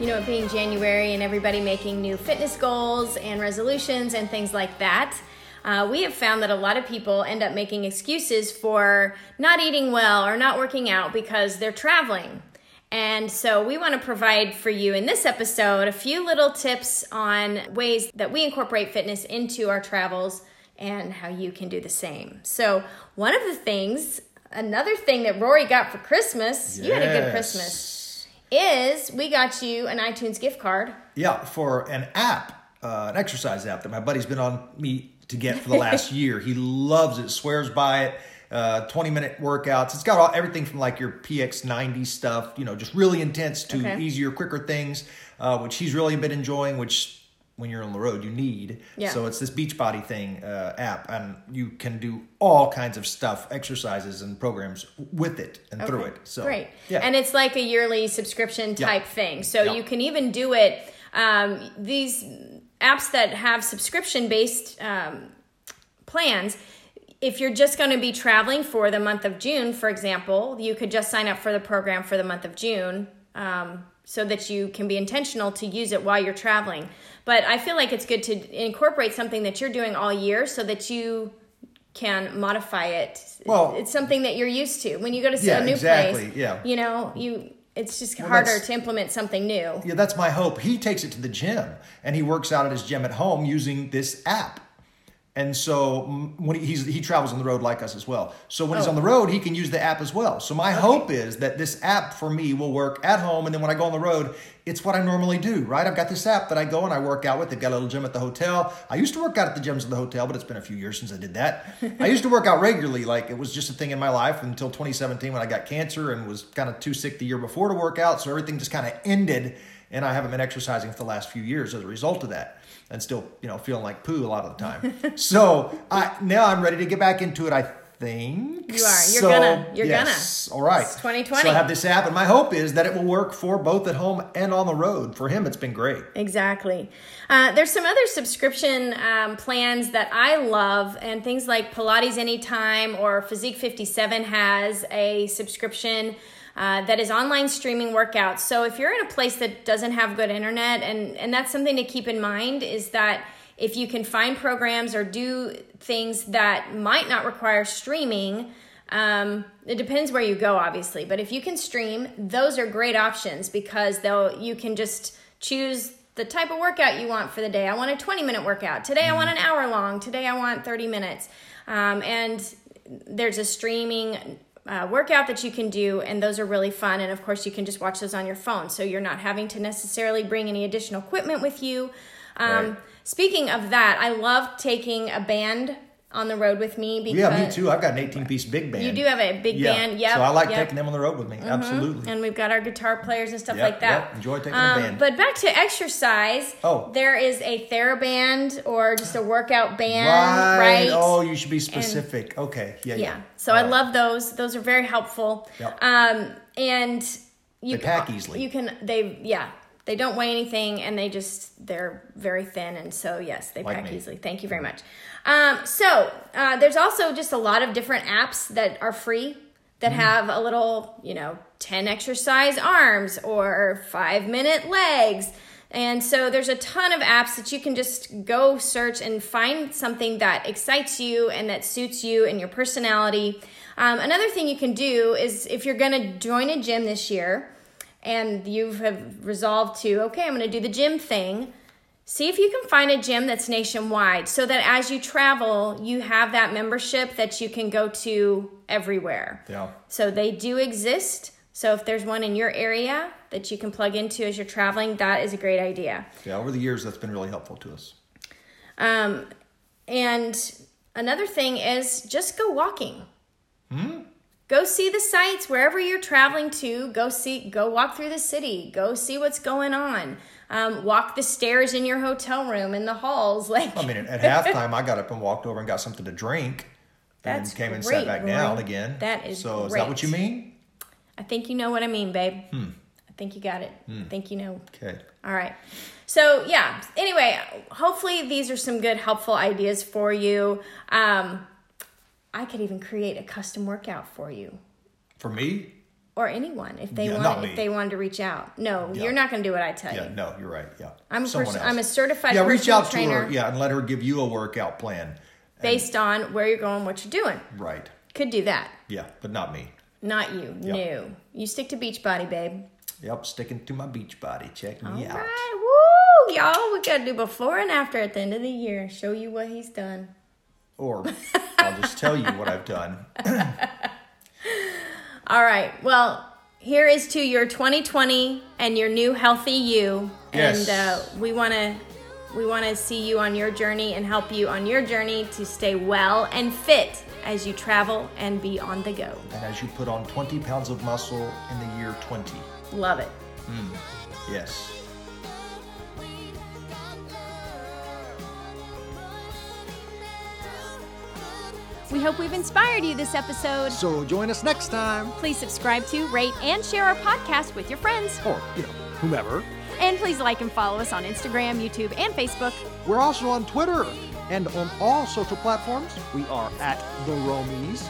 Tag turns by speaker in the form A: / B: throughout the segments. A: You know, it being January and everybody making new fitness goals and resolutions and things like that, uh, we have found that a lot of people end up making excuses for not eating well or not working out because they're traveling. And so, we want to provide for you in this episode a few little tips on ways that we incorporate fitness into our travels and how you can do the same. So, one of the things, another thing that Rory got for Christmas, you had a good Christmas is we got you an iTunes gift card.
B: Yeah, for an app, uh, an exercise app that my buddy's been on me to get for the last year. He loves it, swears by it. Uh, 20 minute workouts. It's got all, everything from like your PX90 stuff, you know, just really intense to
A: Okay.
B: easier, quicker things, uh, which he's really been enjoying, which when you're on the road, you need.
A: Yeah.
B: So it's this Beachbody thing uh, app, and you can do all kinds of stuff, exercises and programs with it and through it. So
A: Great.
B: Yeah.
A: And it's like a yearly subscription type thing. So
B: Yeah.
A: you can even do it. Um, these apps that have subscription based um, plans, if you're just going to be traveling for the month of June, for example, you could just sign up for the program for the month of June um, so that you can be intentional to use it while you're traveling. But I feel like it's good to incorporate something that you're doing all year so that you can modify it.
B: Well-
A: it's something that you're used to. When you go to
B: Yeah,
A: a new
B: exactly,
A: place,
B: yeah.
A: you know, you it's just harder
B: that's-
A: to implement something new.
B: Yeah, that's my hope. He takes it to the gym and he works out at his gym at home using this app. And so mm, when he, he's, he travels on the road like us as well. So when he's on the road, he can use the app as well. So my hope is that this app for me will work at home. And then when I go on the road, it's what I normally do, right? I've got this app that I go and I work out with. They've got a little gym at the hotel. I used to work out at the gyms of the hotel, but it's been a few years since I did that. I used to work out regularly. Like it was just a thing in my life until 2017 when I got cancer and was kind of too sick the year before to work out. So everything just kind of ended. And I haven't been exercising for the last few years as a result of that and still, you know, feeling like poo a lot of the time. so I now I'm ready to get back into it. I think
A: You are. You're gonna. You're
B: yes. All right.
A: It's 2020.
B: So I have this app, and my hope is that it will work for both at home and on the road. For him, it's been great.
A: Exactly. Uh, there's some other subscription um, plans that I love, and things like Pilates Anytime or Physique 57 has a subscription uh, that is online streaming workouts. So if you're in a place that doesn't have good internet, and and that's something to keep in mind is that if you can find programs or do things that might not require streaming. Um, it depends where you go, obviously, but if you can stream, those are great options because they'll you can just choose the type of workout you want for the day. I want a 20 minute workout. Today I want an
B: Mm-hmm.
A: hour long. Today I want 30 minutes. Um, and there's a streaming uh, workout that you can do, and those are really fun. And of course, you can just watch those on your phone, so you're not having to necessarily bring any additional equipment with you. Um,
B: Right.
A: Speaking of that, I love taking a band on the road with me because
B: Yeah, me too. I've got an 18 piece big band.
A: you do have a big
B: yeah.
A: band. Yep.
B: So I like
A: yep. Mm-hmm.
B: taking them on the road with me. Absolutely.
A: And we've got our guitar players and stuff
B: Yep,
A: like that.
B: yep. Enjoy taking a
A: um,
B: band.
A: But back to exercise.
B: Oh.
A: There is a TheraBand or just a workout band, right?
B: right. Oh, you should be specific. okay. Yeah. Yeah.
A: yeah. So I
B: All right.
A: love those. Those are very helpful.
B: Yep.
A: Um, and you
B: They
A: can-
B: pack easily.
A: You can. They yeah. They don't weigh anything, and they just they're very thin, and so yes, they
B: Like
A: pack
B: me.
A: easily. Thank you very much. Um, so uh, there's also just a lot of different apps that are free that have a little you know ten exercise arms or five minute legs. And so there's a ton of apps that you can just go search and find something that excites you and that suits you and your personality. Um, another thing you can do is if you're going to join a gym this year and you have resolved to, okay, I'm going to do the gym thing, see if you can find a gym that's nationwide so that as you travel, you have that membership that you can go to everywhere.
B: Yeah.
A: So they do exist. So if there's one in your area that you can plug into as you're traveling, that is a great idea.
B: Yeah. Over the years, that's been really helpful to us.
A: Um,
B: Hmm?
A: and another thing is just go walking. go see the sites wherever you're traveling to go see go walk through the city go see what's going on um, walk the stairs in your hotel room in the halls like
B: I mean, at, at halftime, I got up and walked over and got something to drink. And
A: That's
B: then came and
A: great,
B: sat back
A: Rory.
B: down again.
A: That is
B: So is that what
A: great.
B: you mean? Hmm.
A: i think you know what i mean babe i think you got it i think you know
B: Okay.
A: All right. So, yeah. Anyway, hopefully these are some good, helpful ideas for you. Um, I could even create a custom workout for you
B: For me?
A: or anyone if they
B: Yeah,
A: want
B: not me.
A: if they wanted to reach out. No,
B: Yeah.
A: you're not going to do what I tell
B: Yeah,
A: you.
B: no, you're right. Yeah.
A: I'm a
B: Someone
A: pers-
B: else.
A: I'm a certified
B: Yeah, reach
A: personal
B: out to
A: trainer
B: her. Yeah, and let her give you a workout plan.
A: based on where you're going, what you're doing.
B: Right.
A: Could do that.
B: Yeah, but not me.
A: Not you. No. You stick to Beachbody, babe.
B: Yep, sticking to my beach body. Check me
A: All
B: out.
A: right. Woo! Y'all, we got to do before and after at the end of the year. Show you what he's done.
B: Or I'll just tell you what I've done.
A: All right. Well, here is to your 2020 and your new healthy you. And
B: Yes.
A: uh, we want to we want to see you on your journey and help you on your journey to stay well and fit as you travel and be on the go.
B: And as you put on 20 pounds of muscle in the year 20.
A: Love it.
B: Yes.
C: We hope we've inspired you this episode.
D: So join us next time,
C: Please subscribe to, rate, and share our podcast with your friends.
D: or, you know, whomever.
C: And please like and follow us on Instagram, YouTube, and Facebook.
D: We're also on Twitter and on all social platforms. We are at The Romies.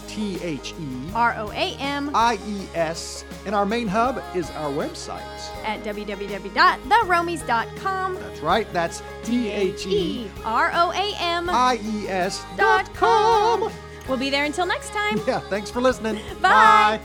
D: That's T H E
C: R O A M
D: I E S. And our main hub is our website.
C: at www.theromies.com.
D: That's right, that's T H E
C: R O A M
D: I E S
C: dot com. We'll be there until next time.
D: Yeah, thanks for listening.
C: Bye.